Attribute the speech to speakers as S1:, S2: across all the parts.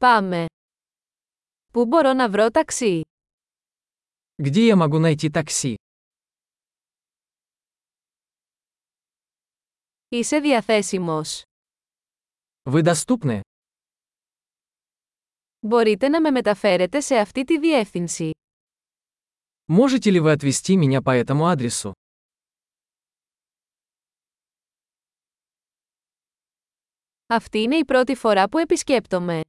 S1: Πάμε. Πού μπορώ να βρω ταξί?
S2: Где я могу найти такси?
S1: Είσαι διαθέσιμος.
S2: Вы доступны?
S1: Μπορείτε να με μεταφέρετε σε αυτή τη διεύθυνση.
S2: Можете ли вы отвезти меня по этому адресу?
S1: Αυτή είναι η πρώτη φορά που επισκέπτομαι.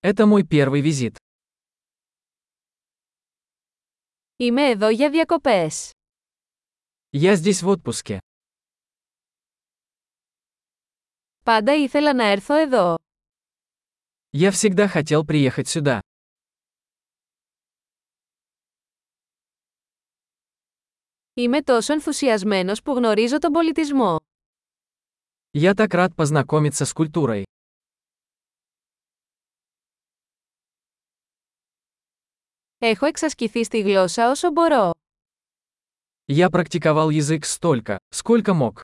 S2: Это мой первый визит.
S1: Είμαι εδώ για διακοπές.
S2: Я здесь в отпуске.
S1: Πάντα ήθελα να έρθω εδώ.
S2: Я всегда хотел приехать сюда.
S1: Είμαι τόσο ενθουσιασμένος που γνωρίζω τον πολιτισμό.
S2: Я так рад познакомиться с культурой.
S1: Έχω εξασκηθεί στη γλώσσα όσο μπορώ.
S2: Я практиковал язык столько, сколько мог.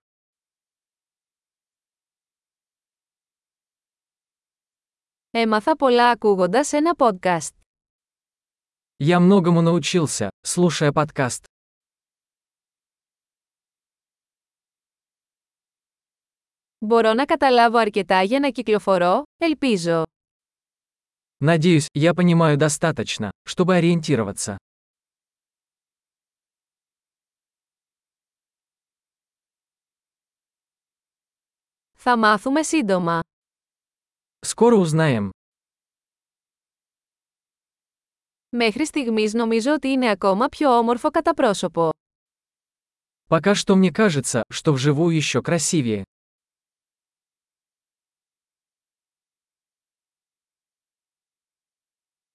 S1: Έμαθα πολλά ακούγοντας ένα podcast.
S2: Я многому научился, слушая подкаст.
S1: Μπορώ να καταλάβω αρκετά για να κυκλοφορώ, ελπίζω.
S2: Надеюсь, я понимаю достаточно, чтобы ориентироваться.
S1: Θα μάθουμε σύντομα.
S2: Скоро узнаем.
S1: Μέχρι στιγμής νομίζω ότι είναι ακόμα πιο όμορφο κατά πρόσωπο.
S2: Пока что мне кажется, что вживую еще красивее.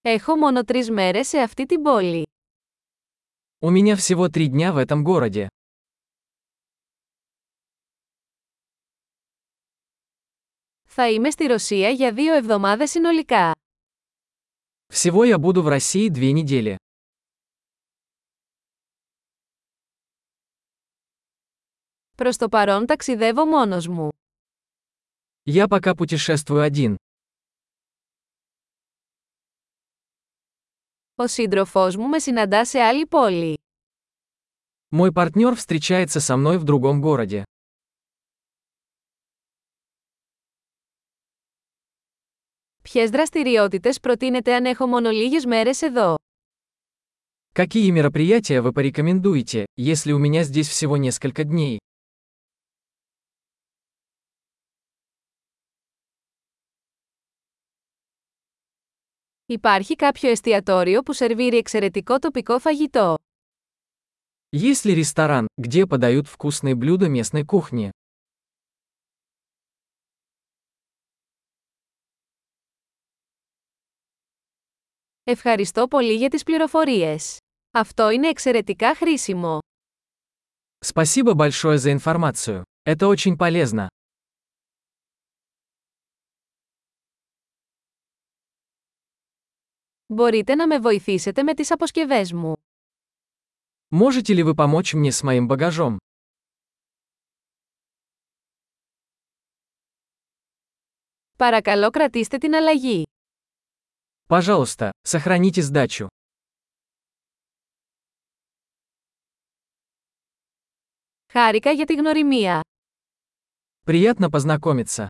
S1: Έχω μόνο τρεις μέρες σε αυτή την πόλη.
S2: У меня всего три дня в этом городе.
S1: Θα είμαι στη Ρωσία για δύο εβδομάδες συνολικά.
S2: Всего я буду в России две недели.
S1: Προς το παρόν ταξιδεύω μόνος μου.
S2: Я пока путешествую один.
S1: Ο σύντροφός μου με συναντά σε άλλη πόλη.
S2: Мой партнер встречается со мной в другом городе.
S1: Ποιες δραστηριότητες προτείνετε αν έχω μόνο λίγες μέρες εδώ.
S2: Какие мероприятия вы порекомендуете, если у меня здесь всего несколько дней?
S1: Υπάρχει κάποιο εστιατόριο που σερβίρει εξαιρετικό τοπικό φαγητό.
S2: Есть ли ресторан, где подают вкусные блюда местной кухни?
S1: Ευχαριστώ πολύ για τις πληροφορίες. Αυτό είναι εξαιρετικά χρήσιμο.
S2: Спасибо большое за информацию. Это очень полезно.
S1: Μπορείτε να με βοηθήσετε με τις αποσκευές μου.
S2: Можете ли вы помочь мне с моим багажом?
S1: Παρακαλώ κρατήστε την αλλαγή.
S2: Пожалуйста, сохраните сдачу.
S1: Χάρηκα για τη γνωριμία.
S2: Приятно познакомиться.